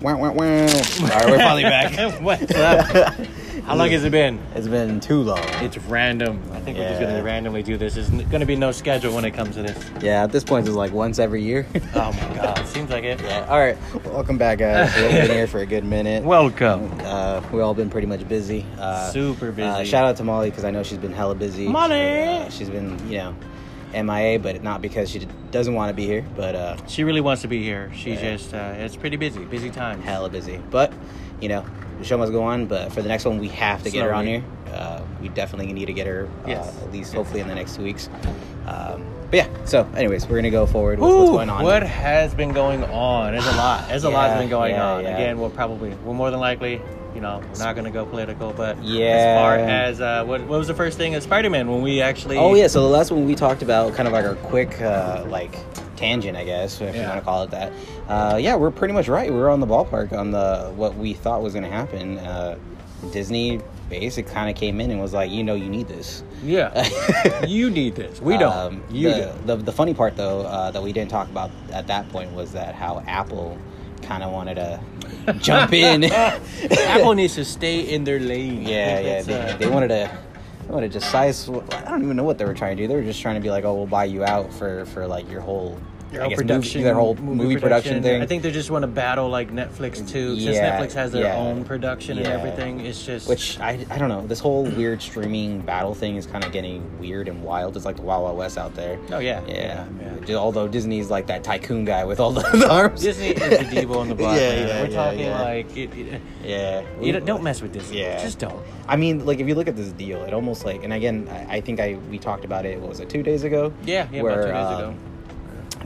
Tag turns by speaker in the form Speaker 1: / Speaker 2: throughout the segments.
Speaker 1: Wow, wow, wow. Sorry, we're finally back.
Speaker 2: What's up? How long has it been?
Speaker 1: It's been too long.
Speaker 2: It's random. I think we're just
Speaker 1: Yeah.
Speaker 2: gonna randomly do this. There's n- gonna be no schedule when it comes to this.
Speaker 1: Yeah, at this point, it's like once every year.
Speaker 2: Oh my god, seems like it.
Speaker 1: yeah. All right. Welcome back, guys. We've been here for a good minute.
Speaker 2: Welcome.
Speaker 1: Uh, we've all been pretty much busy. Uh,
Speaker 2: Super busy.
Speaker 1: Uh, shout out to Molly because I know she's been hella busy.
Speaker 2: Molly!
Speaker 1: She, uh, she's been, you know, MIA, but not because she d- doesn't want to be here, but uh,
Speaker 2: She really wants to be here. She
Speaker 1: Yeah.
Speaker 2: just uh, it's pretty busy. Busy time.
Speaker 1: hella busy. But, you know, the show must go on. But for the next one, we have to get her on
Speaker 2: Slowly.
Speaker 1: here. Uh, we definitely need to get her uh,
Speaker 2: Yes.
Speaker 1: at least
Speaker 2: Yes.
Speaker 1: hopefully in the next two weeks. Um, but yeah, so, anyways, we're going to go forward with what's
Speaker 2: Ooh,
Speaker 1: going on.
Speaker 2: what has been going on? There's a lot. There's a lot
Speaker 1: Yeah,
Speaker 2: that's been going
Speaker 1: yeah,
Speaker 2: on.
Speaker 1: yeah.
Speaker 2: Again, we'll probably, we're more than likely, you know, we're not gonna go political, but
Speaker 1: Yeah.
Speaker 2: as far as uh, what, what was the first thing? Spider-Man when we actually.
Speaker 1: Oh yeah, so the last one we talked about kind of like our quick uh, like tangent, I guess, if you
Speaker 2: Yeah.
Speaker 1: want to call it that. Uh, yeah, we're pretty much right. We were on the ballpark on the what we thought was going to happen. Uh, Disney basically kind of came in and was like, you know, you need this.
Speaker 2: Yeah. you need this. We don't.
Speaker 1: Um,
Speaker 2: you
Speaker 1: the,
Speaker 2: do.
Speaker 1: the the funny part though uh, that we didn't talk about at that point was that how Apple kind of wanted to jump in.
Speaker 2: Apple needs to stay in their lane. I
Speaker 1: Yeah,
Speaker 2: think
Speaker 1: yeah.
Speaker 2: that's, uh,
Speaker 1: They, they wanted to, they wanted to size. I don't even know what they were trying to do. They were just trying to be like, oh, we'll buy you out for for like your whole,
Speaker 2: Their
Speaker 1: I
Speaker 2: whole
Speaker 1: guess, movie-
Speaker 2: production,
Speaker 1: their whole movie, production, thing.
Speaker 2: I think they just want to battle like Netflix too, since
Speaker 1: Yeah,
Speaker 2: Netflix has their
Speaker 1: yeah.
Speaker 2: own production and
Speaker 1: Yeah.
Speaker 2: everything. It's just
Speaker 1: Which I, I don't know. This whole weird streaming battle thing is kind of getting weird and wild. It's like the Wild Wild West out there.
Speaker 2: oh yeah,
Speaker 1: Yeah.
Speaker 2: yeah.
Speaker 1: Di- Although Disney's like that tycoon guy with all the, the arms.
Speaker 2: Disney is the Devo on the block.
Speaker 1: Yeah,
Speaker 2: man.
Speaker 1: yeah,
Speaker 2: We're
Speaker 1: yeah,
Speaker 2: talking
Speaker 1: yeah.
Speaker 2: like it, it,
Speaker 1: yeah.
Speaker 2: you don't, don't mess with Disney.
Speaker 1: Yeah.
Speaker 2: just don't.
Speaker 1: I mean, like if you look at this deal, it almost like, and again, I, I think I we talked about it. What was it two days ago?
Speaker 2: Yeah, yeah.
Speaker 1: Where,
Speaker 2: about two days
Speaker 1: um,
Speaker 2: ago.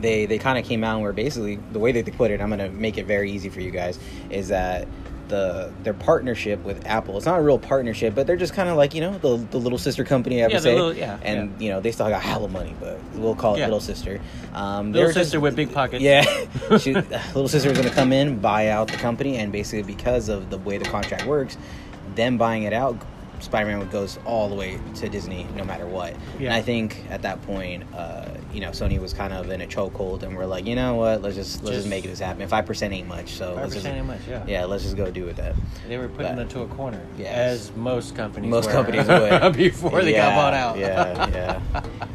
Speaker 1: they they kind of came out and were basically the way that they put it. I'm gonna make it very easy for you guys. Is that the their partnership with Apple? It's not a real partnership, but they're just kind of like you know the, the little sister company. I would
Speaker 2: Yeah, the
Speaker 1: say,
Speaker 2: little- yeah,
Speaker 1: and you know they still got hella money, but we'll call it
Speaker 2: Yeah.
Speaker 1: little sister. Um,
Speaker 2: Little
Speaker 1: they're just-
Speaker 2: sister with big pockets.
Speaker 1: yeah, she, little sister is going to come in, buy out the company, and basically because of the way the contract works, them buying it out, Spider-Man goes all the way to Disney, no matter what. And
Speaker 2: Yeah.
Speaker 1: I think at that point, uh, you know, Sony was kind of in a chokehold, and we're like, you know what, let's just let's just,
Speaker 2: Just-
Speaker 1: make this happen. Five percent ain't much, so
Speaker 2: Five
Speaker 1: let's just,
Speaker 2: percent ain't much. Yeah.
Speaker 1: yeah, let's just go do with that.
Speaker 2: They were putting
Speaker 1: But-
Speaker 2: them to a corner,
Speaker 1: Yes.
Speaker 2: as most companies.
Speaker 1: Most
Speaker 2: were
Speaker 1: companies would
Speaker 2: before they got
Speaker 1: Yeah,
Speaker 2: bought out.
Speaker 1: yeah, yeah.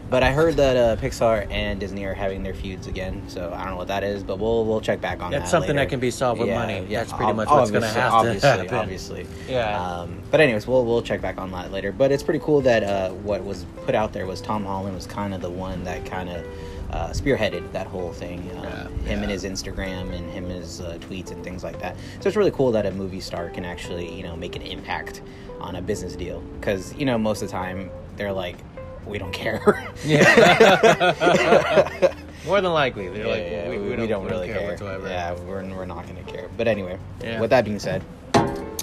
Speaker 1: But I heard that uh, Pixar and Disney are having their feuds again, so I don't know what that is, but we'll we'll check back on that.
Speaker 2: That's something
Speaker 1: later.
Speaker 2: that can be solved with money. That's pretty
Speaker 1: ob-
Speaker 2: much what's gonna
Speaker 1: obviously,
Speaker 2: have to
Speaker 1: obviously,
Speaker 2: happen.
Speaker 1: Obviously,
Speaker 2: Yeah.
Speaker 1: Um, but anyways, we'll we'll check back on that later. But it's pretty cool that uh, what was put out there was Tom Holland was kind of the one that kind of uh, spearheaded that whole thing. Um,
Speaker 2: Yeah.
Speaker 1: Him and his Instagram and him and his uh, tweets and things like that. So it's really cool that a movie star can actually you know make an impact on a business deal because you know most of the time they're like we don't care.
Speaker 2: Yeah. More than likely, they're like,
Speaker 1: yeah,
Speaker 2: we, we don't, we don't
Speaker 1: really
Speaker 2: care, whatsoever.
Speaker 1: Yeah, we're, we're not going to care. But anyway,
Speaker 2: Yeah.
Speaker 1: with that being said,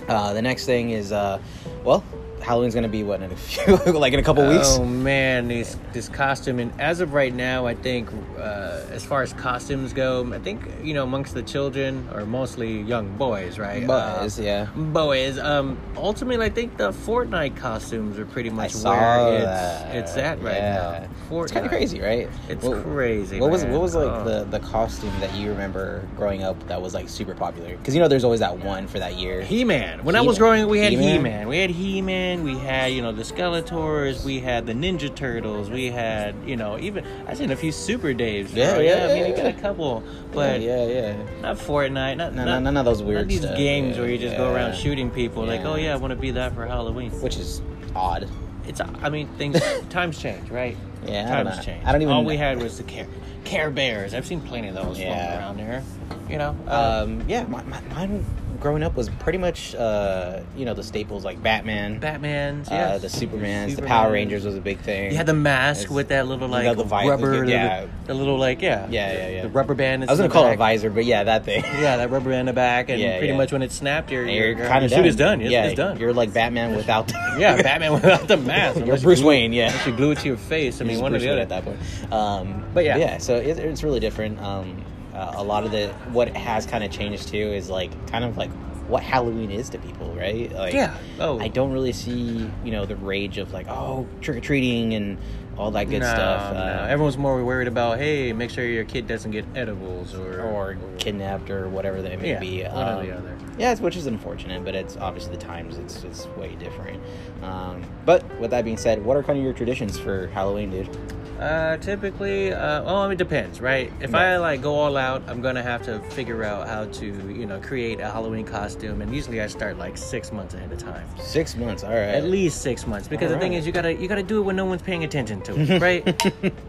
Speaker 1: uh, the next thing is, uh, well, Halloween's going to be what in a few, like in a couple
Speaker 2: Oh
Speaker 1: weeks.
Speaker 2: man, this this costume, and as of right now, I think uh, as far as costumes go, I think you know amongst the children or mostly young boys, right?
Speaker 1: Buzz,
Speaker 2: Uh,
Speaker 1: yeah.
Speaker 2: Boys. Um, ultimately, I think the Fortnite costumes are pretty much
Speaker 1: saw
Speaker 2: where
Speaker 1: that.
Speaker 2: it's it's at right
Speaker 1: Yeah.
Speaker 2: now. Fortnite.
Speaker 1: It's kind of crazy, right?
Speaker 2: It's crazy,
Speaker 1: What was
Speaker 2: man.
Speaker 1: what was like
Speaker 2: Oh.
Speaker 1: the, the costume that you remember growing up that was like super popular? Because you know, there's always that one for that year.
Speaker 2: He Man. When I
Speaker 1: He-Man.
Speaker 2: was growing up, we had
Speaker 1: He-Man?
Speaker 2: He Man. We had He Man. We had you know the Skeletors. We had the Ninja Turtles. We had you know even I seen a few Super Daves.
Speaker 1: Yeah,
Speaker 2: bro.
Speaker 1: yeah,
Speaker 2: I mean,
Speaker 1: yeah,
Speaker 2: you got
Speaker 1: yeah.
Speaker 2: a couple, but
Speaker 1: yeah, yeah.
Speaker 2: not Fortnite. Not,
Speaker 1: No,
Speaker 2: not,
Speaker 1: no, none of those weird
Speaker 2: not these
Speaker 1: stuff.
Speaker 2: games
Speaker 1: Yeah,
Speaker 2: where you just go around
Speaker 1: yeah.
Speaker 2: shooting people. Like,
Speaker 1: Yeah.
Speaker 2: oh yeah, I want to be that for Halloween.
Speaker 1: Which is odd.
Speaker 2: It's I mean things times change, right?
Speaker 1: Yeah, I don't
Speaker 2: times
Speaker 1: know.
Speaker 2: change.
Speaker 1: I don't even
Speaker 2: All we
Speaker 1: know.
Speaker 2: had was the Care Care Bears. I've seen plenty of those
Speaker 1: Yeah.
Speaker 2: floating around there. You know. Uh,
Speaker 1: Um, yeah, my, my, mine growing up was pretty much, uh, you know, the staples like Batman,
Speaker 2: Batman's,
Speaker 1: uh,
Speaker 2: yeah,
Speaker 1: the Supermans, the Power Rangers was a big thing.
Speaker 2: You had the mask
Speaker 1: It's-
Speaker 2: with that little
Speaker 1: you
Speaker 2: like
Speaker 1: got the vi-
Speaker 2: rubber,
Speaker 1: yeah.
Speaker 2: the, the little like yeah,
Speaker 1: Yeah, yeah, yeah.
Speaker 2: the rubber band.
Speaker 1: I was gonna
Speaker 2: in the
Speaker 1: call it a
Speaker 2: back.
Speaker 1: visor, but yeah, that thing.
Speaker 2: Yeah, that rubber band in the back, and
Speaker 1: Yeah,
Speaker 2: pretty
Speaker 1: yeah.
Speaker 2: much when it snapped, your
Speaker 1: And
Speaker 2: your,
Speaker 1: You're
Speaker 2: your
Speaker 1: kind of
Speaker 2: suit is done. It's,
Speaker 1: yeah,
Speaker 2: it's done.
Speaker 1: You're like Batman without the.
Speaker 2: yeah, Batman without the mask.
Speaker 1: You're
Speaker 2: unless you
Speaker 1: Bruce
Speaker 2: glue-
Speaker 1: Wayne, yeah.
Speaker 2: unless you glue it to your face. I mean,
Speaker 1: Just
Speaker 2: one or
Speaker 1: Bruce
Speaker 2: the
Speaker 1: Wayne
Speaker 2: other.
Speaker 1: at that point. Um,
Speaker 2: But yeah.
Speaker 1: yeah. So it, it's really different. Um, uh, a lot of the what it has kind of changed too is like kind of like what Halloween is to people, right? Like,
Speaker 2: Yeah. Oh.
Speaker 1: I don't really see you know the rage of like oh trick or treating and all that good
Speaker 2: no,
Speaker 1: stuff.
Speaker 2: no.
Speaker 1: uh,
Speaker 2: Everyone's more worried about, hey, make sure your kid doesn't get edibles or
Speaker 1: or kidnapped or whatever that it may
Speaker 2: yeah,
Speaker 1: be.
Speaker 2: one or
Speaker 1: Um,
Speaker 2: the other.
Speaker 1: Yeah, it's, which is unfortunate, but it's obviously the times. It's it's way different. Um, but with that being said, what are kind of your traditions for Halloween, dude?
Speaker 2: Uh, typically, uh, well, it depends, right? If
Speaker 1: Right.
Speaker 2: I like go all out, I'm gonna have to figure out how to, you know, create a Halloween costume, and usually I start like six months ahead of time.
Speaker 1: Six months. All right.
Speaker 2: At least six months, because the thing
Speaker 1: Alright.
Speaker 2: is, you gotta you gotta do it when no one's paying attention to it, right?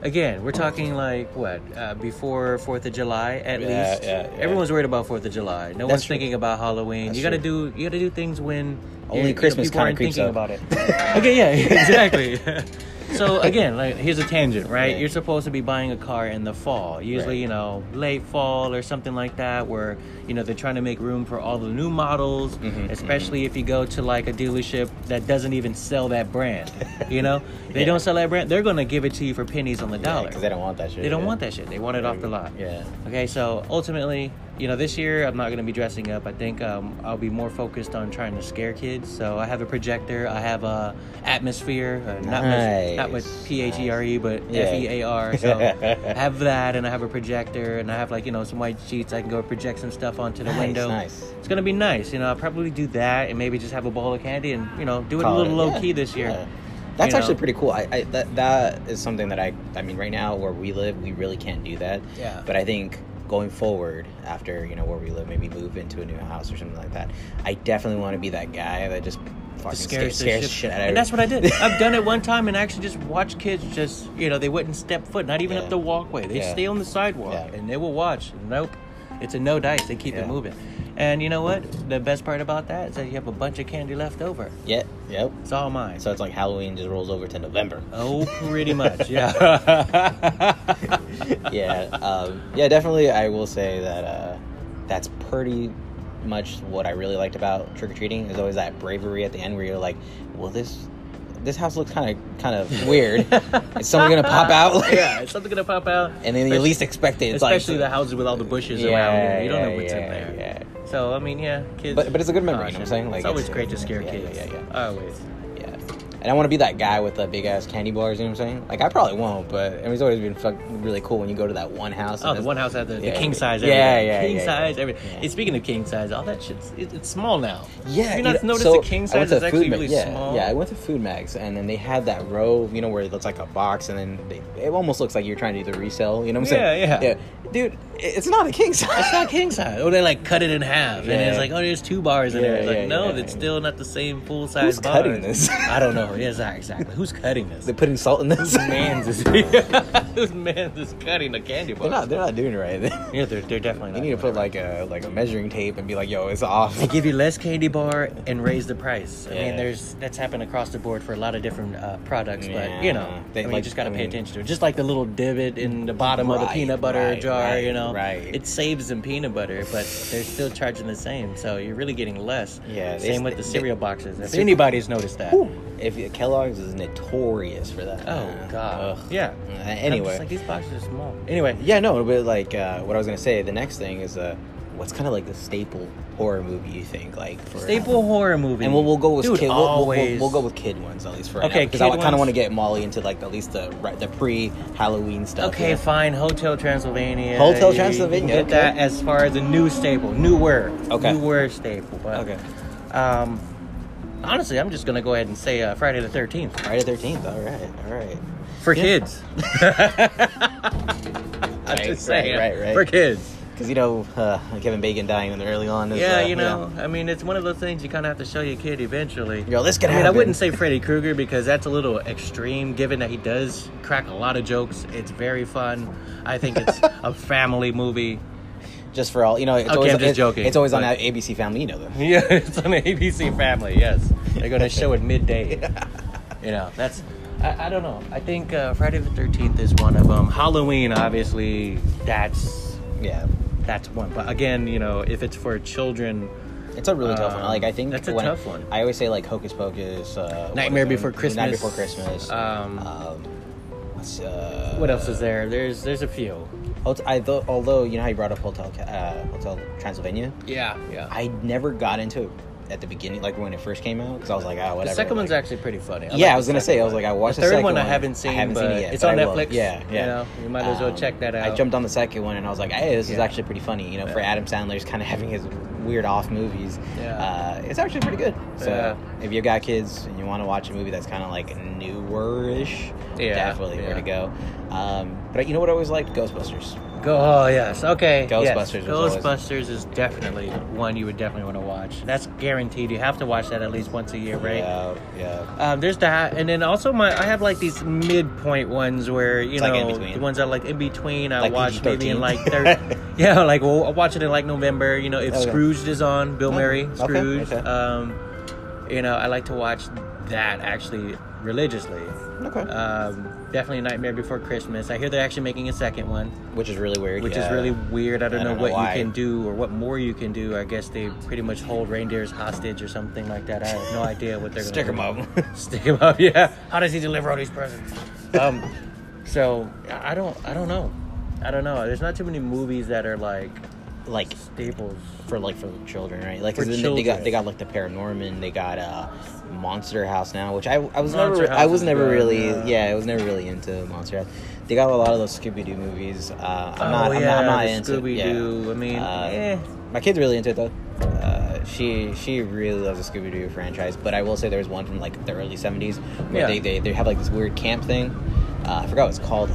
Speaker 2: Again, we're talking like what uh, before Fourth of July, at
Speaker 1: Yeah,
Speaker 2: least.
Speaker 1: yeah, yeah.
Speaker 2: Everyone's worried about Fourth of July. No
Speaker 1: That's
Speaker 2: one's
Speaker 1: true.
Speaker 2: thinking about Halloween.
Speaker 1: That's
Speaker 2: you gotta
Speaker 1: true.
Speaker 2: do you gotta do things when
Speaker 1: Only
Speaker 2: you know,
Speaker 1: Christmas
Speaker 2: people
Speaker 1: kinda
Speaker 2: aren't
Speaker 1: creeps up.
Speaker 2: thinking about it. okay, yeah, exactly. so again, like here's a tangent, right?
Speaker 1: Yeah.
Speaker 2: You're supposed to be buying a car in the fall, usually
Speaker 1: Right.
Speaker 2: you know late fall or something like that, where you know they're trying to make room for all the new models,
Speaker 1: Mhm,
Speaker 2: especially if you go to like a dealership that doesn't even sell that brand. You know, they
Speaker 1: Yeah.
Speaker 2: don't sell that brand. They're gonna give it to you for pennies on the dollar.
Speaker 1: because they don't want that shit.
Speaker 2: They don't
Speaker 1: yeah.
Speaker 2: want that shit. They want it off the lot.
Speaker 1: Yeah.
Speaker 2: Okay, so ultimately, you know, this year I'm not going to be dressing up. I think um, I'll be more focused on trying to scare kids. So I have a projector, I have a atmosphere, uh, not much, not much
Speaker 1: Nice.
Speaker 2: P H E R E, but
Speaker 1: Yeah.
Speaker 2: F E A R. So I have that, and I have a projector, and I have like you know some white sheets. I can go project some stuff onto the
Speaker 1: Nice,
Speaker 2: window.
Speaker 1: nice.
Speaker 2: It's gonna be nice. You know, I'll probably do that, and maybe just have a bowl of candy, and you know, do it a
Speaker 1: Call
Speaker 2: little
Speaker 1: it-
Speaker 2: low
Speaker 1: yeah,
Speaker 2: key this year.
Speaker 1: yeah. That's
Speaker 2: you
Speaker 1: actually
Speaker 2: know?
Speaker 1: pretty cool. I, I that that is something that I I mean right now where we live we really can't do that.
Speaker 2: Yeah.
Speaker 1: But I think going forward after you know where we live maybe move into a new house or something like that. I definitely want to be that guy that just fucking scares,
Speaker 2: scares the
Speaker 1: scares
Speaker 2: shit-
Speaker 1: the shit out of
Speaker 2: And that's what I did. I've done it one time and I actually just watched kids just, you know, they wouldn't step foot, not even
Speaker 1: Yeah.
Speaker 2: up the walkway. They
Speaker 1: Yeah.
Speaker 2: stay on the sidewalk
Speaker 1: Yeah.
Speaker 2: and they will watch. Nope. It's a no dice. They keep
Speaker 1: Yeah.
Speaker 2: it moving. And you know what? The best part about that is that you have a bunch of candy left over.
Speaker 1: Yeah. Yep.
Speaker 2: It's all mine.
Speaker 1: So it's like Halloween just rolls over to November.
Speaker 2: oh, pretty much. Yeah.
Speaker 1: yeah, um, yeah, definitely. I will say that uh, that's pretty much what I really liked about trick or treating is always that bravery at the end where you're like, well, this this house looks kind of kind of weird. is someone gonna pop out? Like,
Speaker 2: yeah, it's something gonna pop out.
Speaker 1: And then you
Speaker 2: Especially-
Speaker 1: least expect it. It's
Speaker 2: Especially
Speaker 1: like,
Speaker 2: the houses with all the bushes
Speaker 1: Yeah,
Speaker 2: around. You don't know
Speaker 1: yeah,
Speaker 2: what's in
Speaker 1: yeah,
Speaker 2: there.
Speaker 1: yeah.
Speaker 2: So I mean, yeah, kids.
Speaker 1: But- but it's a good memory,
Speaker 2: Oh,
Speaker 1: you know what I'm
Speaker 2: shit.
Speaker 1: saying? Like,
Speaker 2: it's always
Speaker 1: it's-
Speaker 2: great to scare
Speaker 1: yeah, yeah,
Speaker 2: kids.
Speaker 1: yeah,
Speaker 2: Always.
Speaker 1: Yeah. And I want to be that guy with the big ass candy bars. You know what I'm saying? Like I probably won't, but I mean, it's always been fuck, really cool when you go to that one house.
Speaker 2: Oh,
Speaker 1: and
Speaker 2: the
Speaker 1: it's-
Speaker 2: one house had the,
Speaker 1: Yeah,
Speaker 2: the king
Speaker 1: yeah.
Speaker 2: size.
Speaker 1: Yeah,
Speaker 2: everything.
Speaker 1: yeah,
Speaker 2: King
Speaker 1: yeah,
Speaker 2: size.
Speaker 1: yeah.
Speaker 2: Everything.
Speaker 1: Yeah.
Speaker 2: And speaking of king size, all that shit's it, it's small now.
Speaker 1: Yeah,
Speaker 2: Have you
Speaker 1: know,
Speaker 2: not noticed
Speaker 1: so
Speaker 2: the
Speaker 1: I
Speaker 2: king
Speaker 1: went
Speaker 2: size
Speaker 1: to
Speaker 2: is actually
Speaker 1: Food Ma-
Speaker 2: really
Speaker 1: yeah,
Speaker 2: small?
Speaker 1: Yeah, I went to Food Mags, and then they had that row, you know, where it looks like a box, and then they, it almost looks like you're trying to do the resell. You know what I'm saying?
Speaker 2: Yeah, yeah.
Speaker 1: yeah. Dude, i- it's not a king size.
Speaker 2: It's not king size. Oh, they like cut it in half, and
Speaker 1: Yeah.
Speaker 2: it's like, oh, there's two bars in
Speaker 1: Yeah,
Speaker 2: there. It's
Speaker 1: yeah,
Speaker 2: like, no,
Speaker 1: yeah.
Speaker 2: it's still not the same full size.
Speaker 1: Who's
Speaker 2: bars.
Speaker 1: cutting this?
Speaker 2: I don't know. Yes, exactly. Who's cutting this?
Speaker 1: They're putting salt in this.
Speaker 2: Whose man's is whose man's is cutting the candy bar?
Speaker 1: they're not. They're not doing it right. They
Speaker 2: Yeah, they're, they're definitely not.
Speaker 1: need to
Speaker 2: doing
Speaker 1: put
Speaker 2: it
Speaker 1: like a like a measuring tape and be like, "Yo, it's off."
Speaker 2: right. They give you less candy bar and raise the price. I
Speaker 1: Yeah.
Speaker 2: mean, there's that's happened across the board for a lot of different uh, products,
Speaker 1: Yeah.
Speaker 2: but you know,
Speaker 1: They
Speaker 2: I mean,
Speaker 1: like-
Speaker 2: you just got to
Speaker 1: I
Speaker 2: pay
Speaker 1: mean-
Speaker 2: attention to it. Just like the little divot in the bottom of the
Speaker 1: Right,
Speaker 2: peanut butter
Speaker 1: right,
Speaker 2: jar,
Speaker 1: right,
Speaker 2: you know,
Speaker 1: right.
Speaker 2: it saves them peanut butter, but they're still charging the same, so you're really getting less.
Speaker 1: Yeah, they-
Speaker 2: same with the
Speaker 1: they-
Speaker 2: cereal boxes. If
Speaker 1: Cere-
Speaker 2: anybody's noticed that,
Speaker 1: Whew. If Kellogg's is notorious for that.
Speaker 2: oh
Speaker 1: man.
Speaker 2: god,
Speaker 1: Ugh.
Speaker 2: yeah.
Speaker 1: Uh,
Speaker 2: And I'm just
Speaker 1: Anyway,
Speaker 2: like these boxes are small. Anyway,
Speaker 1: Yeah, no, but like uh, what I was gonna say, the next thing is uh, what's kind of like the staple horror movie you think like for
Speaker 2: staple horror movie,
Speaker 1: and we'll, we'll go with
Speaker 2: Dude,
Speaker 1: kid. We'll, we'll- we'll,
Speaker 2: always.
Speaker 1: we'll go with kid ones at least for
Speaker 2: Okay,
Speaker 1: because I
Speaker 2: kid
Speaker 1: kind of
Speaker 2: ones.
Speaker 1: want to get Molly into like at least the right, the pre Halloween stuff.
Speaker 2: Okay,
Speaker 1: you know?
Speaker 2: fine. Hotel Transylvania.
Speaker 1: Hotel
Speaker 2: You- you
Speaker 1: Transylvania,
Speaker 2: can Get
Speaker 1: okay.
Speaker 2: that as far as a new staple, new word.
Speaker 1: Okay.
Speaker 2: New word staple. But,
Speaker 1: okay.
Speaker 2: Um, honestly, I'm just gonna go ahead and say uh, Friday the Thirteenth
Speaker 1: Friday Thirteenth. All right, all right.
Speaker 2: for
Speaker 1: Yeah.
Speaker 2: kids. I'm
Speaker 1: Right,
Speaker 2: just saying,
Speaker 1: right, right, right.
Speaker 2: For kids.
Speaker 1: Because you know uh, Kevin Bacon dying in the early on. Is, uh,
Speaker 2: Yeah, you know, I mean, it's one of those things you kind of have to show your kid eventually.
Speaker 1: Yo, this could
Speaker 2: I mean, I
Speaker 1: happen.
Speaker 2: wouldn't say Freddy Krueger because that's a little extreme, given that he does crack a lot of jokes. It's very fun. I think it's a family movie.
Speaker 1: just for all you know. It's
Speaker 2: Okay,
Speaker 1: always,
Speaker 2: I'm just
Speaker 1: it's-
Speaker 2: joking,
Speaker 1: It's always on
Speaker 2: but-
Speaker 1: that ABC Family. You know them.
Speaker 2: Yeah, it's on the ABC Family. Yes, they're going to show it midday. You know, that's. I, I don't know. I think uh, Friday the Thirteenth is one of them. Halloween, obviously, that's
Speaker 1: Yeah,
Speaker 2: that's one. But again, you know, if it's for children,
Speaker 1: it's a really tough one. Like I think
Speaker 2: Um, that's a
Speaker 1: when
Speaker 2: tough one.
Speaker 1: I always say like Hocus Pocus, uh,
Speaker 2: Nightmare
Speaker 1: what is it?
Speaker 2: Before
Speaker 1: Nightmare
Speaker 2: Christmas.
Speaker 1: Before Christmas.
Speaker 2: Um,
Speaker 1: Um, what's, uh,
Speaker 2: what else is there? There's there's a few.
Speaker 1: Hot- I th- although you know how you brought up Hotel Ca- uh, Hotel Transylvania,
Speaker 2: Yeah, yeah.
Speaker 1: I never got into it. at the beginning, like when it first came out, because I was like, ah, whatever.
Speaker 2: The second
Speaker 1: like-
Speaker 2: one's actually pretty funny.
Speaker 1: yeah,
Speaker 2: like
Speaker 1: I was
Speaker 2: the
Speaker 1: gonna
Speaker 2: second
Speaker 1: say, I was
Speaker 2: one.
Speaker 1: like, I watched
Speaker 2: the
Speaker 1: the,
Speaker 2: third
Speaker 1: second
Speaker 2: one. I haven't seen,
Speaker 1: I haven't
Speaker 2: but
Speaker 1: seen it yet,
Speaker 2: it's
Speaker 1: but
Speaker 2: on
Speaker 1: I will.
Speaker 2: Netflix.
Speaker 1: Yeah, yeah.
Speaker 2: You, know, you might as well
Speaker 1: Um,
Speaker 2: check that out.
Speaker 1: I jumped on the second one and I was like, hey, this is
Speaker 2: Yeah.
Speaker 1: actually pretty funny. You know, for
Speaker 2: Yeah.
Speaker 1: Adam Sandler's kind of having his weird off movies.
Speaker 2: Yeah.
Speaker 1: Uh, it's actually pretty good. So
Speaker 2: Yeah.
Speaker 1: if you've got kids and you want to watch a movie that's kind of like newerish,
Speaker 2: Yeah,
Speaker 1: definitely where to go. Um, but you know what I always liked? Ghostbusters.
Speaker 2: Go, oh yes, okay.
Speaker 1: Ghostbusters
Speaker 2: Yes.
Speaker 1: was always-
Speaker 2: Ghostbusters is definitely one you would definitely want to watch. That's guaranteed. You have to watch that at least once a year, right?
Speaker 1: Yeah, yeah.
Speaker 2: Um, there's that, and then also my I have like these midpoint ones where you
Speaker 1: It's like in
Speaker 2: know
Speaker 1: between.
Speaker 2: the ones that like in between. I
Speaker 1: Like
Speaker 2: watch maybe in
Speaker 1: PG-13.
Speaker 2: like thir- yeah, like well, I watch it in like November. You know, if
Speaker 1: Okay.
Speaker 2: Scrooged is on, Bill
Speaker 1: Oh,
Speaker 2: Murray,
Speaker 1: okay,
Speaker 2: Scrooge.
Speaker 1: okay.
Speaker 2: Um, you know, I like to watch that actually religiously.
Speaker 1: Okay.
Speaker 2: Um, definitely Nightmare Before Christmas. I hear they're actually making a second one
Speaker 1: which is really weird.
Speaker 2: which is
Speaker 1: yeah.
Speaker 2: really weird. I don't
Speaker 1: I
Speaker 2: know
Speaker 1: don't know
Speaker 2: what
Speaker 1: why.
Speaker 2: you can do or what more you can do. I guess they pretty much hold reindeers hostage or something like that. I have no idea what they're
Speaker 1: Stick
Speaker 2: going
Speaker 1: 'em
Speaker 2: to
Speaker 1: up.
Speaker 2: Stick him up. Yeah. How does he deliver all these presents? Um, so I I don't. I don't know. I don't know. There's not too many movies that are like
Speaker 1: like
Speaker 2: staples.
Speaker 1: for like for children, right? Like
Speaker 2: For
Speaker 1: 'cause then they- they got
Speaker 2: children.
Speaker 1: they got like the Paranorman, they got uh Monster House now, which I I was
Speaker 2: Monster
Speaker 1: never I
Speaker 2: House
Speaker 1: was
Speaker 2: is
Speaker 1: never
Speaker 2: good,
Speaker 1: really
Speaker 2: yeah.
Speaker 1: yeah. I was never really into Monster House. They got a lot of those Scooby Doo movies. Uh, I'm,
Speaker 2: Oh,
Speaker 1: not, I'm
Speaker 2: yeah,
Speaker 1: not I'm not
Speaker 2: the
Speaker 1: into
Speaker 2: Scooby-Doo.
Speaker 1: yeah.
Speaker 2: I mean,
Speaker 1: Uh,
Speaker 2: eh.
Speaker 1: my kid's really into it though. Uh, she she really loves the Scooby Doo franchise, but I will say there was one from like the early '70s where
Speaker 2: Yeah.
Speaker 1: they, they they have like this weird camp thing. Uh, I forgot what it's called,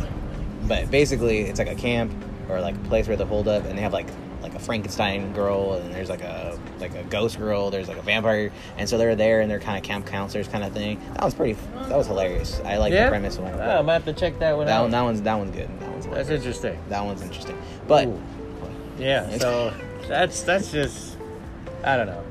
Speaker 1: but basically it's like a camp or like a place where they hold up, and they have like like a Frankenstein girl, and there's like a like a ghost girl, there's like a vampire, and so they're there and they're kind of camp counselors kind of thing. That was pretty. That was hilarious. I like
Speaker 2: yeah.
Speaker 1: the premise one.
Speaker 2: Oh, I might have to check that one
Speaker 1: that
Speaker 2: out.
Speaker 1: one that one's that one's good. That one's
Speaker 2: That's interesting.
Speaker 1: that one's interesting. But
Speaker 2: Ooh. Yeah, so that's that's just I don't know.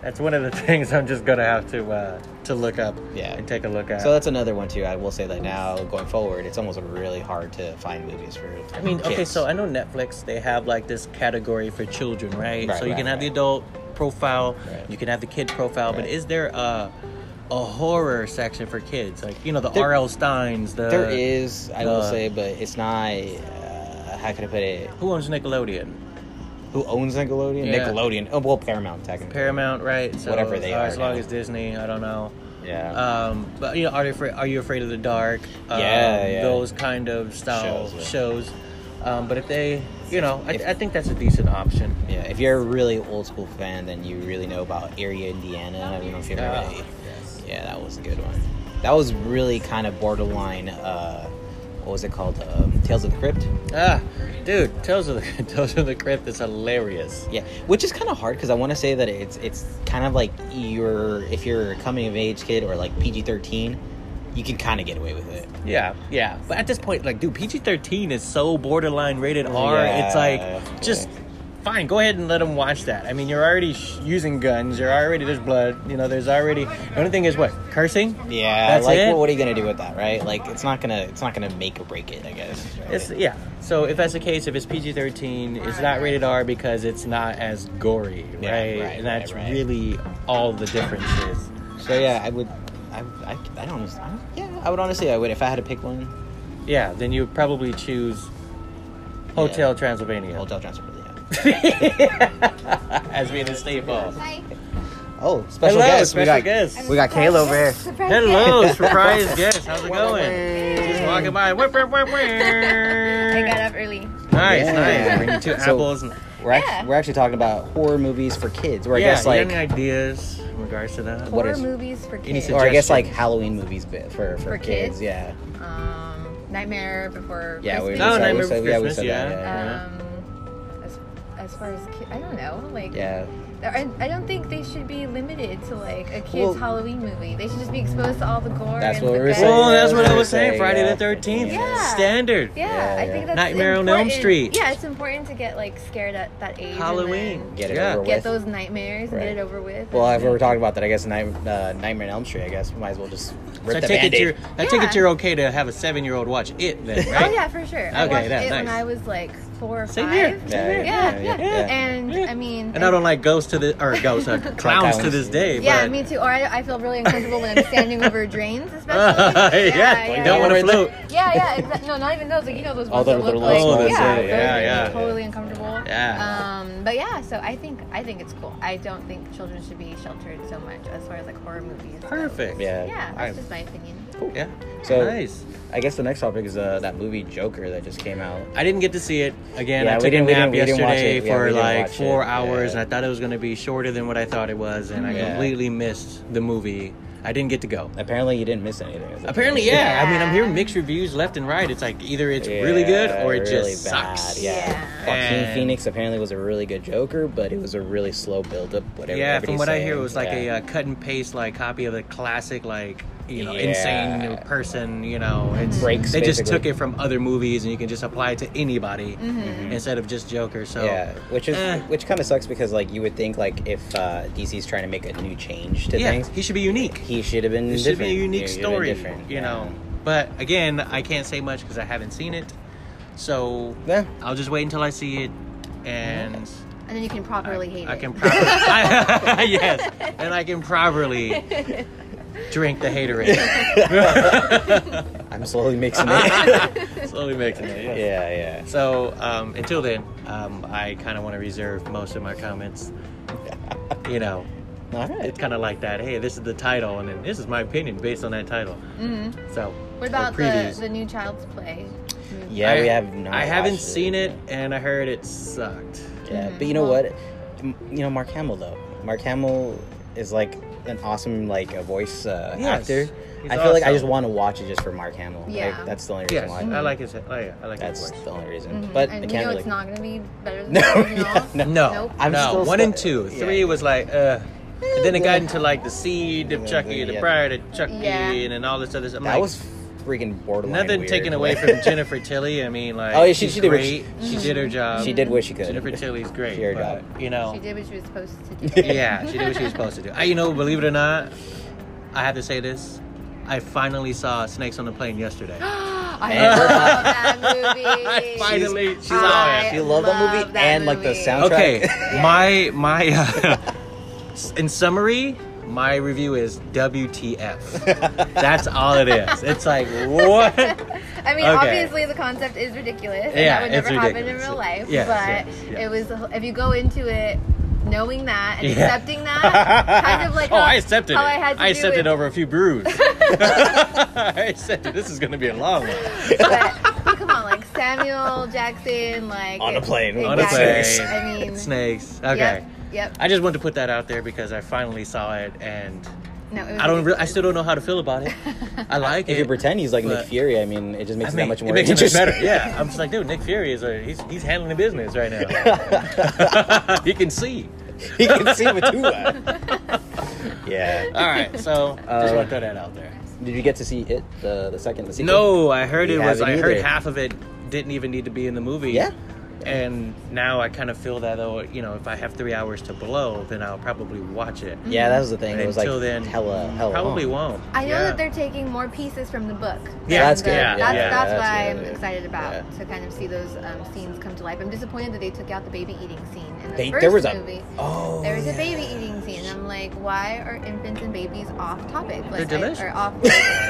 Speaker 2: That's one of the things I'm just gonna have to uh, to look up
Speaker 1: Yeah.
Speaker 2: and take a look at.
Speaker 1: so that's another one too. I will say that now going forward, it's almost really hard to find movies for.
Speaker 2: I mean, okay,
Speaker 1: kids.
Speaker 2: so I know Netflix they have like this category for children, right?
Speaker 1: Right,
Speaker 2: so you
Speaker 1: right,
Speaker 2: can have the
Speaker 1: right.
Speaker 2: adult profile,
Speaker 1: Right.
Speaker 2: you can have the kid profile, but
Speaker 1: Right.
Speaker 2: is there a a horror section for kids? Like you know the
Speaker 1: There-
Speaker 2: R.L. Steins, the
Speaker 1: There is, I will
Speaker 2: uh,
Speaker 1: say, but it's not. Uh, how can I put it?
Speaker 2: who owns Nickelodeon,
Speaker 1: Who owns Nickelodeon?
Speaker 2: Yeah.
Speaker 1: Nickelodeon. Oh, well, Paramount technically.
Speaker 2: Paramount, right? So,
Speaker 1: Whatever they
Speaker 2: uh,
Speaker 1: are
Speaker 2: as long
Speaker 1: now.
Speaker 2: as Disney, I don't know.
Speaker 1: Yeah.
Speaker 2: Um, but you know, are you afraid? Are you afraid of the dark? Um,
Speaker 1: Yeah, yeah.
Speaker 2: Those kind of style
Speaker 1: Shows,
Speaker 2: shows.
Speaker 1: yeah.
Speaker 2: Um, but if they, you know, I,
Speaker 1: If-
Speaker 2: I think that's a decent option.
Speaker 1: yeah. If you're a really old school fan, then you really know about Area Indiana. I don't know if you ever
Speaker 2: Ah,
Speaker 1: read it. Yeah, that was a good one. That was really kind of borderline. Uh, what was it called? Um, Tales of the Crypt.
Speaker 2: Ah, dude, Tales of the Tales of the Crypt is hilarious.
Speaker 1: Yeah, which is kind of hard because I want to say that it's it's kind of like you're if you're a coming of age kid or like PG thirteen, you can kind of get away with it.
Speaker 2: Yeah, yeah. But at this point, like, dude, PG thirteen is so borderline rated R.
Speaker 1: Yeah,
Speaker 2: it's like
Speaker 1: yeah.
Speaker 2: just fine. Go ahead and let them watch that. I mean, you're already sh- using guns. You're already there's blood. You know, there's already. The only thing is what cursing.
Speaker 1: Yeah,
Speaker 2: That's
Speaker 1: like
Speaker 2: it?
Speaker 1: What, what are you gonna do with that, right? Like it's not gonna it's not gonna make or break it, I guess. right?
Speaker 2: It's yeah. So if that's the case, if it's PG thirteen, it's not rated R because it's not as gory, right?
Speaker 1: Yeah, right,
Speaker 2: and that's
Speaker 1: right, right.
Speaker 2: really all the difference is.
Speaker 1: so yeah, I would, I I, I don't, I don't- yeah, I would honestly I would if I had to pick one,
Speaker 2: Yeah, then you would probably choose Hotel
Speaker 1: Yeah.
Speaker 2: Transylvania
Speaker 1: Hotel Transylvania.
Speaker 2: as being a staple.
Speaker 3: Hi.
Speaker 1: Oh, special
Speaker 2: Hello,
Speaker 1: guest, we
Speaker 2: special
Speaker 1: got
Speaker 2: guest.
Speaker 1: we got Kale over here.
Speaker 3: Surprise
Speaker 2: Hello,
Speaker 1: guest.
Speaker 2: surprise guest. How's it going? Just walking by. Whip, whip, whip, whip.
Speaker 3: guest. I got
Speaker 2: Nice,
Speaker 3: up early.
Speaker 1: Yeah.
Speaker 2: nice. Bringing two
Speaker 1: So-
Speaker 2: apples. And,
Speaker 1: We're act-
Speaker 3: Yeah.
Speaker 1: we're actually talking about horror movies for kids, or I
Speaker 2: yeah,
Speaker 1: guess
Speaker 2: you got
Speaker 1: like
Speaker 2: any ideas in regards to that?
Speaker 1: What
Speaker 3: Horror
Speaker 1: is-
Speaker 3: movies for
Speaker 2: Any
Speaker 3: kids.
Speaker 1: or I guess like
Speaker 2: suggestions?
Speaker 1: Halloween movies bit for, for
Speaker 3: For
Speaker 1: kids,
Speaker 3: kids?
Speaker 1: yeah.
Speaker 3: Um, Nightmare Before
Speaker 1: Yeah, we,
Speaker 3: Christmas.
Speaker 1: we,
Speaker 2: Oh,
Speaker 1: said,
Speaker 2: Nightmare
Speaker 1: we said,
Speaker 2: Before
Speaker 1: yeah, we
Speaker 2: Christmas,
Speaker 1: said
Speaker 2: yeah. Uh.
Speaker 1: that.
Speaker 3: Um, as, as far as kids, I don't know. Like,
Speaker 1: Yeah.
Speaker 3: I, I don't think they should be limited to like a kid's
Speaker 1: Well-
Speaker 3: Halloween movie. They should just be exposed to all the gore.
Speaker 1: That's
Speaker 3: and
Speaker 1: what we
Speaker 3: the
Speaker 1: were
Speaker 3: guts.
Speaker 1: saying.
Speaker 2: Oh, that's
Speaker 1: Yeah,
Speaker 2: what I
Speaker 1: we
Speaker 2: was saying.
Speaker 1: say,
Speaker 2: Friday
Speaker 1: yeah.
Speaker 2: the 13th.
Speaker 3: Yeah.
Speaker 2: Standard.
Speaker 3: Yeah,
Speaker 1: Yeah,
Speaker 3: I
Speaker 1: yeah.
Speaker 3: think that's
Speaker 2: Nightmare on
Speaker 3: important.
Speaker 2: Elm Street.
Speaker 3: Yeah, it's important to get like scared at that age. and
Speaker 2: Halloween.
Speaker 3: then
Speaker 1: Get it
Speaker 2: Yeah.
Speaker 1: over with.
Speaker 3: Get those nightmares and
Speaker 1: Right.
Speaker 3: get it over with.
Speaker 1: Well,
Speaker 3: and-
Speaker 1: if we were talking about that, I guess Night, uh, Nightmare on Elm Street. I guess we might as well just rip
Speaker 2: So I
Speaker 1: the
Speaker 2: take it
Speaker 1: band
Speaker 2: you're, I take
Speaker 3: Yeah.
Speaker 2: it you're okay to have a seven year old watch it then, right?
Speaker 3: Oh yeah, for sure.
Speaker 2: Okay,
Speaker 3: I watched
Speaker 2: yeah,
Speaker 3: it when
Speaker 2: nice.
Speaker 3: I was like four or
Speaker 2: Same
Speaker 3: five.
Speaker 2: here.
Speaker 1: Yeah,
Speaker 2: Yeah,
Speaker 3: Yeah, yeah,
Speaker 1: yeah, yeah.
Speaker 3: And
Speaker 2: Yeah.
Speaker 3: I mean,
Speaker 2: And I don't like ghosts to the or ghosts, uh, clowns to this day.
Speaker 3: Yeah,
Speaker 2: but,
Speaker 3: me too. Or I, I feel really uncomfortable when I'm standing over drains, especially.
Speaker 2: yeah, you don't
Speaker 1: yeah.
Speaker 2: want to float.
Speaker 3: Yeah, yeah, exa- no, not even those. Like you know those
Speaker 1: All
Speaker 3: ones
Speaker 1: the
Speaker 3: that look
Speaker 1: little
Speaker 3: like
Speaker 2: ones. Oh, that's
Speaker 3: yeah,
Speaker 2: it. Yeah,
Speaker 3: they're
Speaker 2: yeah.
Speaker 3: totally uncomfortable.
Speaker 2: Yeah.
Speaker 3: Um, but yeah, so I think I think it's cool. I don't think children should be sheltered so much as far as like horror movies. go.
Speaker 2: Perfect.
Speaker 1: Um, Yeah.
Speaker 3: Yeah,
Speaker 1: I-
Speaker 3: that's just my opinion.
Speaker 2: Yeah.
Speaker 1: So-
Speaker 2: nice.
Speaker 1: I guess the next topic is uh, that movie Joker that just came out.
Speaker 2: I didn't get to see it again.
Speaker 1: Yeah,
Speaker 2: I
Speaker 1: we
Speaker 2: took a
Speaker 1: didn't- we didn't-
Speaker 2: nap
Speaker 1: we didn't watch
Speaker 2: yesterday
Speaker 1: it. Yeah,
Speaker 2: for
Speaker 1: we didn't
Speaker 2: like
Speaker 1: watch
Speaker 2: four
Speaker 1: it.
Speaker 2: hours,
Speaker 1: Yeah.
Speaker 2: and I thought it was going to be shorter than what I thought it was, and I
Speaker 1: Yeah.
Speaker 2: completely missed the movie. I didn't get to go.
Speaker 1: Apparently, you didn't miss anything. is it?
Speaker 2: Apparently, yeah. I mean, I'm hearing
Speaker 3: Yeah.
Speaker 2: mixed reviews left and right. It's like either it's really good
Speaker 1: Yeah,
Speaker 2: or it
Speaker 1: really
Speaker 2: just sucks.
Speaker 1: Bad. Yeah.
Speaker 3: Yeah.
Speaker 1: Joaquin
Speaker 2: And-
Speaker 1: Phoenix apparently was a really good Joker, but it was a really slow build up. Whatever.
Speaker 2: Yeah, from
Speaker 1: everybody's
Speaker 2: what I hear, it
Speaker 1: saying.
Speaker 2: was like
Speaker 1: Yeah.
Speaker 2: a uh, cut and paste like copy of the classic like you know
Speaker 1: Yeah.
Speaker 2: insane person. You know, it's
Speaker 1: Breaks,
Speaker 2: they just
Speaker 1: basically.
Speaker 2: took it from other movies, and you can just apply it to anybody
Speaker 3: Mhm.
Speaker 2: instead of just Joker. So
Speaker 1: yeah, which is
Speaker 2: oh. eh.
Speaker 1: which kind of sucks because like you would think like if uh, DC's trying to make a new change to
Speaker 2: yeah,
Speaker 1: things,
Speaker 2: he should be unique.
Speaker 1: he should have been
Speaker 2: It should
Speaker 1: different.
Speaker 2: be a unique
Speaker 1: Yeah, he should've been
Speaker 2: story,
Speaker 1: different.
Speaker 2: you know. But again, I can't say much because I haven't seen it, so
Speaker 1: Yeah.
Speaker 2: I'll just wait until I see it, and
Speaker 3: And then you can properly hate
Speaker 2: I
Speaker 3: it.
Speaker 2: can properly yes, and I can properly drink the haterade.
Speaker 1: I'm slowly mixing it.
Speaker 2: Slowly mixing it.
Speaker 1: yeah,
Speaker 2: Yes.
Speaker 1: yeah.
Speaker 2: So um, until then, um, I kind of want to reserve most of my comments. You know,
Speaker 1: All right.
Speaker 2: it's kind of like that. Hey, this is the title, and then this is my opinion based on that title.
Speaker 3: Mhm.
Speaker 2: So or
Speaker 3: What about the,
Speaker 2: previews.
Speaker 3: the new Child's Play? movie?
Speaker 1: Yeah, we have. Not
Speaker 2: I haven't
Speaker 1: watched
Speaker 2: seen it, and I heard it sucked.
Speaker 1: Yeah,
Speaker 3: Mhm.
Speaker 1: but you know
Speaker 3: Well-
Speaker 1: what? M- You know Mark Hamill though. Mark Hamill is like an awesome like a voice uh,
Speaker 2: Yes.
Speaker 1: actor.
Speaker 2: He's
Speaker 1: I feel like I
Speaker 2: awesome.
Speaker 1: just want to watch it just for Mark Hamill. Like,
Speaker 3: Yeah.
Speaker 1: that's the only reason
Speaker 2: Yes,
Speaker 1: why.
Speaker 2: I like his. Oh yeah, I like
Speaker 1: That's
Speaker 2: his voice.
Speaker 1: the only reason.
Speaker 3: Mhm.
Speaker 1: But
Speaker 3: and
Speaker 1: I
Speaker 3: you
Speaker 1: can't
Speaker 3: know
Speaker 1: really.
Speaker 3: it's not gonna be better than
Speaker 1: No,
Speaker 3: the original.
Speaker 1: yeah, no.
Speaker 2: No,
Speaker 3: Nope.
Speaker 1: I'm
Speaker 2: no.
Speaker 1: still
Speaker 2: one
Speaker 1: stu-
Speaker 2: and two,
Speaker 1: Yeah.
Speaker 2: three was like, uh. And then it
Speaker 1: Yeah.
Speaker 2: got into like the seed of Chucky, the
Speaker 1: Yeah.
Speaker 2: bride of Chucky,
Speaker 3: Yeah.
Speaker 2: and then all this other stuff. I'm
Speaker 1: that
Speaker 2: like,
Speaker 1: was freaking borderline.
Speaker 2: nothing
Speaker 1: weird.
Speaker 2: taken away
Speaker 1: Like,
Speaker 2: from Jennifer Tilly. I mean, like,
Speaker 1: Oh, yeah, she-
Speaker 2: she's
Speaker 1: she did what
Speaker 2: great.
Speaker 1: she-
Speaker 3: Mm-hmm.
Speaker 2: She did her job.
Speaker 1: she did what she could.
Speaker 2: Jennifer Tilly's great,
Speaker 1: She did her
Speaker 2: but you know,
Speaker 3: She did what she was supposed to do.
Speaker 2: yeah, she did what she was supposed to do. I, you know, believe it or not, I have to say this. I finally saw Snakes on the Plane yesterday.
Speaker 3: I
Speaker 1: And-
Speaker 3: love that movie.
Speaker 2: Finally, she's
Speaker 3: I
Speaker 2: on
Speaker 1: She loved that
Speaker 3: love
Speaker 1: movie
Speaker 3: that
Speaker 1: and like the
Speaker 3: movie.
Speaker 1: soundtrack.
Speaker 2: Okay, my my. Uh, s- in summary, my review is WTF. That's all it is. It's like what?
Speaker 3: I mean,
Speaker 2: Okay.
Speaker 3: obviously the concept is ridiculous. and
Speaker 2: Yeah,
Speaker 3: that would
Speaker 2: it's
Speaker 3: never happen in
Speaker 2: ridiculous.
Speaker 3: real life.
Speaker 2: Yes,
Speaker 3: but
Speaker 2: yes, yes.
Speaker 3: it was if you go into it knowing that and
Speaker 2: Yeah.
Speaker 3: accepting that, kind of like
Speaker 2: oh,
Speaker 3: how,
Speaker 2: I accepted
Speaker 3: how
Speaker 2: it.
Speaker 3: I had to do
Speaker 2: accepted
Speaker 3: with-
Speaker 2: over a few brews. I accepted this is going to be a long one.
Speaker 3: But come on, like Samuel Jackson, like
Speaker 1: On a plane,
Speaker 3: exactly.
Speaker 1: with
Speaker 2: On a
Speaker 1: Snakes.
Speaker 2: plane.
Speaker 3: I mean,
Speaker 2: snakes. Okay.
Speaker 3: Yep. yep.
Speaker 2: I just wanted to put that out there because I finally saw it and
Speaker 3: No, it was
Speaker 2: I don't. Re- I still don't know how to feel about it. I like
Speaker 1: If
Speaker 2: it.
Speaker 1: you pretend he's like Nick
Speaker 2: but-
Speaker 1: Fury, I mean, it just
Speaker 2: I
Speaker 1: makes
Speaker 2: mean,
Speaker 1: it that much
Speaker 2: it
Speaker 1: more
Speaker 2: makes it much
Speaker 1: interesting.
Speaker 2: better. Yeah, I'm just like, dude, Nick Fury is a, he's he's handling the business right now. he can see.
Speaker 1: he can see with two eyes. Yeah.
Speaker 2: All right, so just
Speaker 1: Uh,
Speaker 2: want to throw that out there.
Speaker 1: Did you get to see it the the second the sequel?
Speaker 2: No, I heard
Speaker 1: You
Speaker 2: it was. I
Speaker 1: haven't
Speaker 2: heard
Speaker 1: either.
Speaker 2: half of it didn't even need to be in the movie.
Speaker 1: Yeah.
Speaker 2: And now I kind of feel that though, you know, if I have three hours to blow, then I'll probably watch it.
Speaker 1: Yeah, that was the thing.
Speaker 2: And
Speaker 1: it was like
Speaker 2: until then,
Speaker 1: hella hella
Speaker 2: Probably
Speaker 1: long.
Speaker 2: won't.
Speaker 3: I know
Speaker 2: Yeah.
Speaker 3: that they're taking more pieces from the book.
Speaker 2: Yeah,
Speaker 1: that's
Speaker 3: than
Speaker 1: good.
Speaker 3: the-
Speaker 2: Yeah,
Speaker 3: that's
Speaker 2: yeah,
Speaker 3: that's,
Speaker 1: that's
Speaker 3: what
Speaker 1: good.
Speaker 3: I'm excited about
Speaker 1: Yeah.
Speaker 3: to kind of see those um, scenes come to life. I'm disappointed that they took out the baby eating scene in the
Speaker 1: They,
Speaker 3: first
Speaker 1: there was a
Speaker 3: movie.
Speaker 1: oh
Speaker 3: There was a
Speaker 1: yeah.
Speaker 3: baby eating scene. and I'm like, why are infants and babies off topic? Like,
Speaker 2: They're
Speaker 3: I-
Speaker 2: delicious.
Speaker 3: Or off,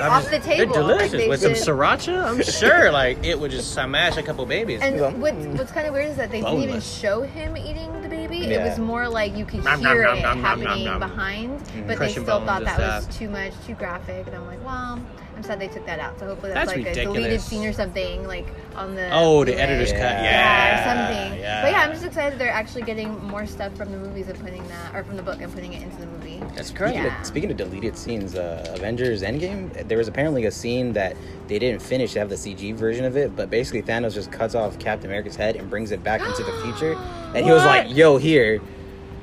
Speaker 2: I'm
Speaker 3: off
Speaker 2: just-
Speaker 3: the table.
Speaker 2: They're
Speaker 3: Like,
Speaker 2: delicious
Speaker 3: they
Speaker 2: with
Speaker 3: should-
Speaker 2: some sriracha. I'm sure, like it would just smash a couple babies.
Speaker 1: Yeah.
Speaker 3: And what's, what's kind of weird is that they didn't even
Speaker 2: Boneless.
Speaker 3: show him eating the baby. It
Speaker 1: Yeah. Mm-hmm.
Speaker 3: was more like you could
Speaker 2: Nom, nom,
Speaker 3: hear
Speaker 2: nom,
Speaker 3: it
Speaker 2: nom, nom,
Speaker 3: happening
Speaker 2: nom, nom.
Speaker 3: behind, but they
Speaker 2: Crushing
Speaker 3: still
Speaker 2: bones
Speaker 3: thought
Speaker 2: and
Speaker 3: that
Speaker 2: stuff.
Speaker 3: was too much, too graphic. And I'm like, well, I'm sad they took that out. So hopefully that's,
Speaker 2: That's
Speaker 3: like a deleted
Speaker 2: ridiculous.
Speaker 3: scene or something, like on the
Speaker 2: oh, the
Speaker 3: Blu-ray.
Speaker 2: editor's cut.
Speaker 1: Yeah.
Speaker 2: Yeah,
Speaker 3: Yeah, or something.
Speaker 2: yeah.
Speaker 3: But yeah, I'm just excited they're actually getting more stuff from the movies and putting that, or from the book and putting it into the movie.
Speaker 2: That's correct.
Speaker 1: Speaking,
Speaker 3: Yeah.
Speaker 1: of, speaking of deleted scenes, uh, Avengers Endgame, there was apparently a scene that they didn't finish to have the CG version of it, but basically Thanos just cuts off Captain America's head and brings it back into the future, and he was
Speaker 2: What?
Speaker 1: like, "Yo, here."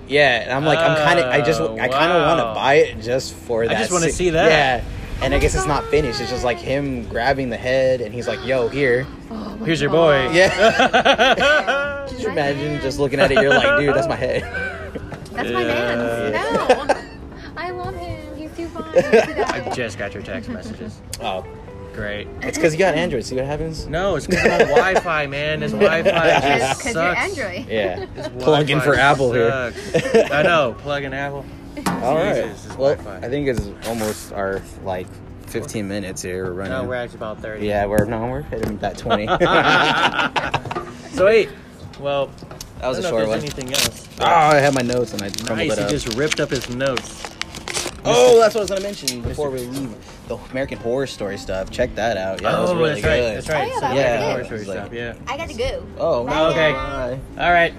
Speaker 1: Yeah, and I'm like, I'm kind of, I just,
Speaker 2: Oh,
Speaker 1: I kind of want
Speaker 2: wow.
Speaker 1: to buy it just for that.
Speaker 2: just wanna
Speaker 1: scene.
Speaker 2: see that.
Speaker 1: Yeah, and
Speaker 3: Oh
Speaker 1: I
Speaker 3: my
Speaker 1: guess it's not finished. It's just like
Speaker 3: God.
Speaker 1: him grabbing the head, and he's like, "Yo, here."
Speaker 3: Oh my
Speaker 2: Here's your
Speaker 3: God.
Speaker 2: boy.
Speaker 1: Yeah. Can you
Speaker 3: My
Speaker 1: imagine
Speaker 3: man.
Speaker 1: just looking at it? You're like, "Dude, that's my head."
Speaker 3: That's my man.
Speaker 1: Yeah.
Speaker 3: No. I love him. He's too fun. He's too
Speaker 2: I
Speaker 3: guy.
Speaker 2: just got your text messages.
Speaker 1: Oh,
Speaker 2: great.
Speaker 1: It's because you got Android. See what happens?
Speaker 2: No, it's because of Wi-Fi, man. This Wi-Fi just
Speaker 3: because
Speaker 2: sucks.
Speaker 3: you're Android.
Speaker 1: Yeah.
Speaker 2: This
Speaker 1: Plug in
Speaker 2: Wi-Fi
Speaker 1: for Apple here.
Speaker 2: sucks. I know. Plug in Apple.
Speaker 1: All right.
Speaker 2: Jesus, this
Speaker 1: Well,
Speaker 2: Wi-Fi.
Speaker 1: I think it's almost our like 15 minutes here. We're running.
Speaker 2: No, we're at about thirty.
Speaker 1: yeah, we're no, we're hitting that 20. oh,
Speaker 2: so wait. Well, that
Speaker 1: was
Speaker 2: I
Speaker 1: a
Speaker 2: don't know
Speaker 1: short
Speaker 2: if there's
Speaker 1: one. Oh,
Speaker 2: Anything else?
Speaker 1: I had my notes and I crumbled
Speaker 2: nice.
Speaker 1: it
Speaker 2: He
Speaker 1: up.
Speaker 2: just ripped up his notes.
Speaker 1: Oh, that's what I was gonna mention before
Speaker 2: Mr.
Speaker 1: we leave the American Horror Story stuff. Check that out. Yeah, that was
Speaker 2: oh,
Speaker 1: really
Speaker 2: that's right.
Speaker 1: good.
Speaker 2: That's right.
Speaker 3: Oh, yeah,
Speaker 2: So
Speaker 3: that
Speaker 2: yeah,
Speaker 1: was
Speaker 2: horror
Speaker 1: good.
Speaker 2: story
Speaker 1: It's like-
Speaker 2: stuff, Yeah.
Speaker 3: I got to go.
Speaker 1: Oh,
Speaker 3: Bye,
Speaker 2: Okay.
Speaker 3: guys.
Speaker 2: All right.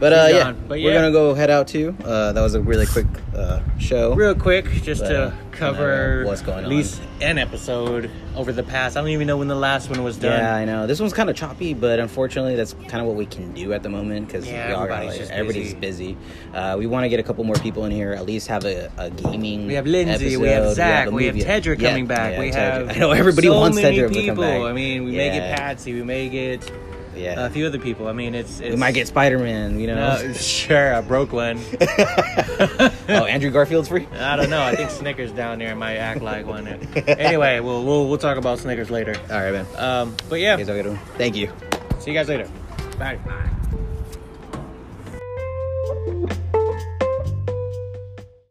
Speaker 1: But uh,
Speaker 2: He's
Speaker 1: yeah,
Speaker 2: gone. But
Speaker 1: we're
Speaker 2: yeah.
Speaker 1: gonna go head out too. Uh, that was a really quick uh, show.
Speaker 2: Real quick, just
Speaker 1: But, uh,
Speaker 2: to cover
Speaker 1: no, what's going
Speaker 2: at least an episode over the past. I don't even know when the last one was done.
Speaker 1: Yeah, I know. This one's kind of choppy, but unfortunately, that's kind of what we can do at the moment because
Speaker 2: Yeah, everybody's just
Speaker 1: everybody's busy. Uh, we want to get a couple more people in here, at least have a, a gaming.
Speaker 2: We have Lindsay, we have
Speaker 1: episode,
Speaker 2: Zach,
Speaker 1: a
Speaker 2: we have
Speaker 1: movie-
Speaker 2: Tedra
Speaker 1: yeah,
Speaker 2: coming back.
Speaker 1: yeah,
Speaker 2: we
Speaker 1: Tedra.
Speaker 2: have
Speaker 1: I know everybody
Speaker 2: so
Speaker 1: wants
Speaker 2: many
Speaker 1: Tedra
Speaker 2: people.
Speaker 1: to come back.
Speaker 2: I mean, we may
Speaker 1: Yeah.
Speaker 2: get Patsy, we may get
Speaker 1: Yeah,
Speaker 2: a few other people. I mean, it's, it's
Speaker 1: we might get Spider Man. You
Speaker 2: No,
Speaker 1: know.
Speaker 2: sure, uh, I broke one.
Speaker 1: oh, Andrew Garfield's free.
Speaker 2: I don't know. I think Snickers down there might act like one. Anyway, we'll we'll, we'll talk about Snickers later.
Speaker 1: All right, man.
Speaker 2: Um, but yeah,
Speaker 1: Here's a good one. Thank you.
Speaker 2: see you guys later. Bye.